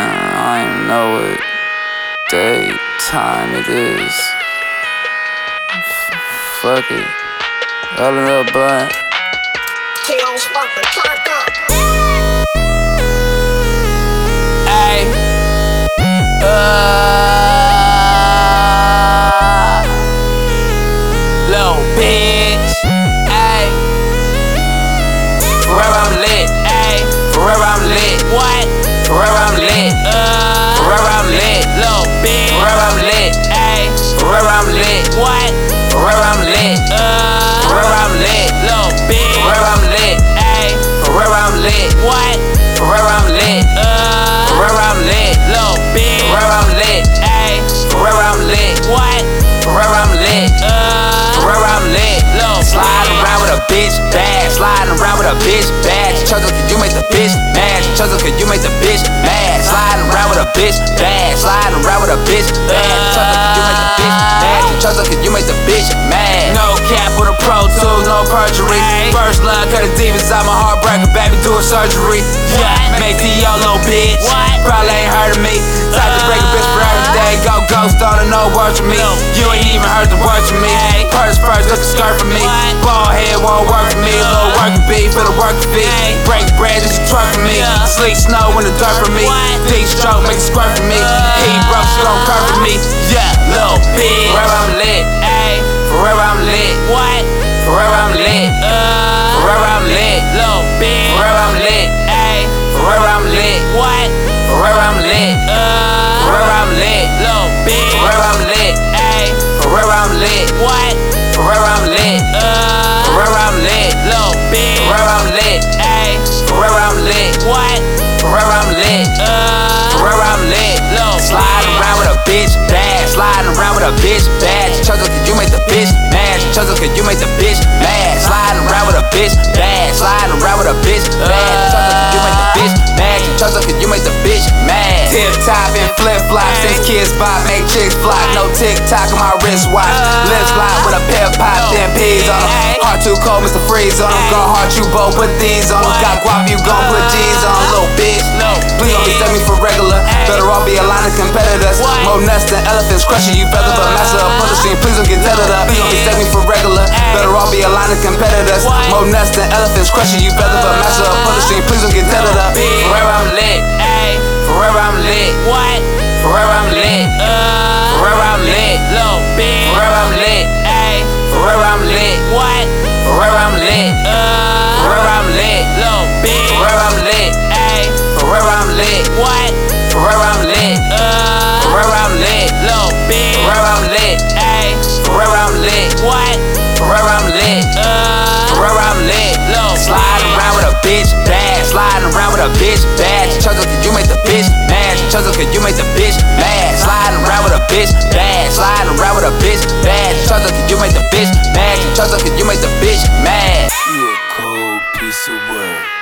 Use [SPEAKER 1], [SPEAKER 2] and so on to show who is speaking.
[SPEAKER 1] time, know it. Daytime it is. F- fuck it. Elena Blunt.
[SPEAKER 2] Kills fucking cock up.
[SPEAKER 1] Ay. Uh, little bitch. Ay. Forever I'm lit. Ay. Forever I'm lit. What? Forever I'm lit. Uh. Forever I'm lit. Little bitch. Forever I'm lit. Ay. Forever I'm lit. What? Forever I'm lit. Uh. Forever I'm lit. Little bitch. Forever I'm lit. Ay. Forever I'm lit. What? Forever I'm lit. Uh. Forever I'm lit. Little bitch. Forever I'm lit. Ay. Forever I'm lit. What? Forever I'm lit. Uh. Forever I'm lit. Little sliding around with a bitch bag. Sliding around with a bitch bag. Chuzzle, can you make the bitch mad? Chuzzle, can you make the bitch mad? Sliding around with a bitch bag. Sliding around with a bitch bag. Chuzzle, can you make the bitch mad? Chuzzle, can you make the bitch mad? Uh. No cap with a pro tool, no perjury. First love, cut a deep inside my heartbreaker, baby, doing surgery. Yeah, make T.O. little bitch. Probably ain't heard of me. Time to break a bitch for everything. Go ghost on and no words from me. You ain't even heard the words from me. Purse first, look a skirt for me. Ball head won't work for me. Little work beef for the work feet. Break bread, just a truck for me. Sleep snow in the dirt for me. Deep stroke, make a squirt for me. He broke, she gon' curve for me. Yeah, little bitch. Forever I'm lit. Forever I'm lit. What? Forever I'm lit. Forever I'm lit. Little bitch. Forever I'm lit. Forever I'm lit. What? uh, Forever I'm lit. Forever I'm lit. Little bitch. Forever I'm lit. Forever I'm lit. What? Forever I'm lit. Forever I'm lit. Little bitch. Forever I'm lit. Forever I'm lit. What? Forever I'm lit. Forever I'm lit. Little slide around with a bitch bad. Sliding around with a bitch bad. Chuzzle, can you make the bitch mad? Chuzzle, can you make the bitch mad? Sliding around with a bitch bad. Sliding around with a bitch bad. Chuzzle, can you make the bitch mad? Chuzzle, can you make the bitch mad? Tip top and flip flops. Since kids bop, make chicks flop. No tick tock on my wristwatch. Lips locked with a pep pop, then peas on 'em. Heart too cold, Mr. Freeze on 'em. Go hard, you both put these on 'em. Got guap, you gon' put jeans on, little bitch. Please don't be stepping for regular. Better all be a line of competitors. More nuts than elephants crushing you, feather but master of punishing. Please don't get tethered up. Please don't be stepping for regular. Better all be a line of competitors. More nuts than elephants crushing you, feather but master of punishing. Please don't get tethered up. Forever I'm lit. Forever I'm lit. What? uh, Forever I'm lit. Forever I'm lit. Little bitch. Forever I'm lit. Forever I'm lit. What? uh, Forever I'm lit. Forever I'm lit. Little bitch. Forever I'm lit. Forever I'm lit. What? Forever I'm lit. Forever I'm lit. Little bitch. Forever I'm lit. Forever I'm lit. What? Forever I'm lit. Forever I'm lit. Little slide around with a bitch bad. Sliding around with a bitch bad. Chuzzle, can you make the bitch mad? Chuzzle, can you make the bitch mad? Sliding around with a bitch bad. Sliding around with a bitch bad. Chuzzle, can you make the bitch mad? Chuzzle, can you make the bitch mad?
[SPEAKER 3] You a cold piece of work.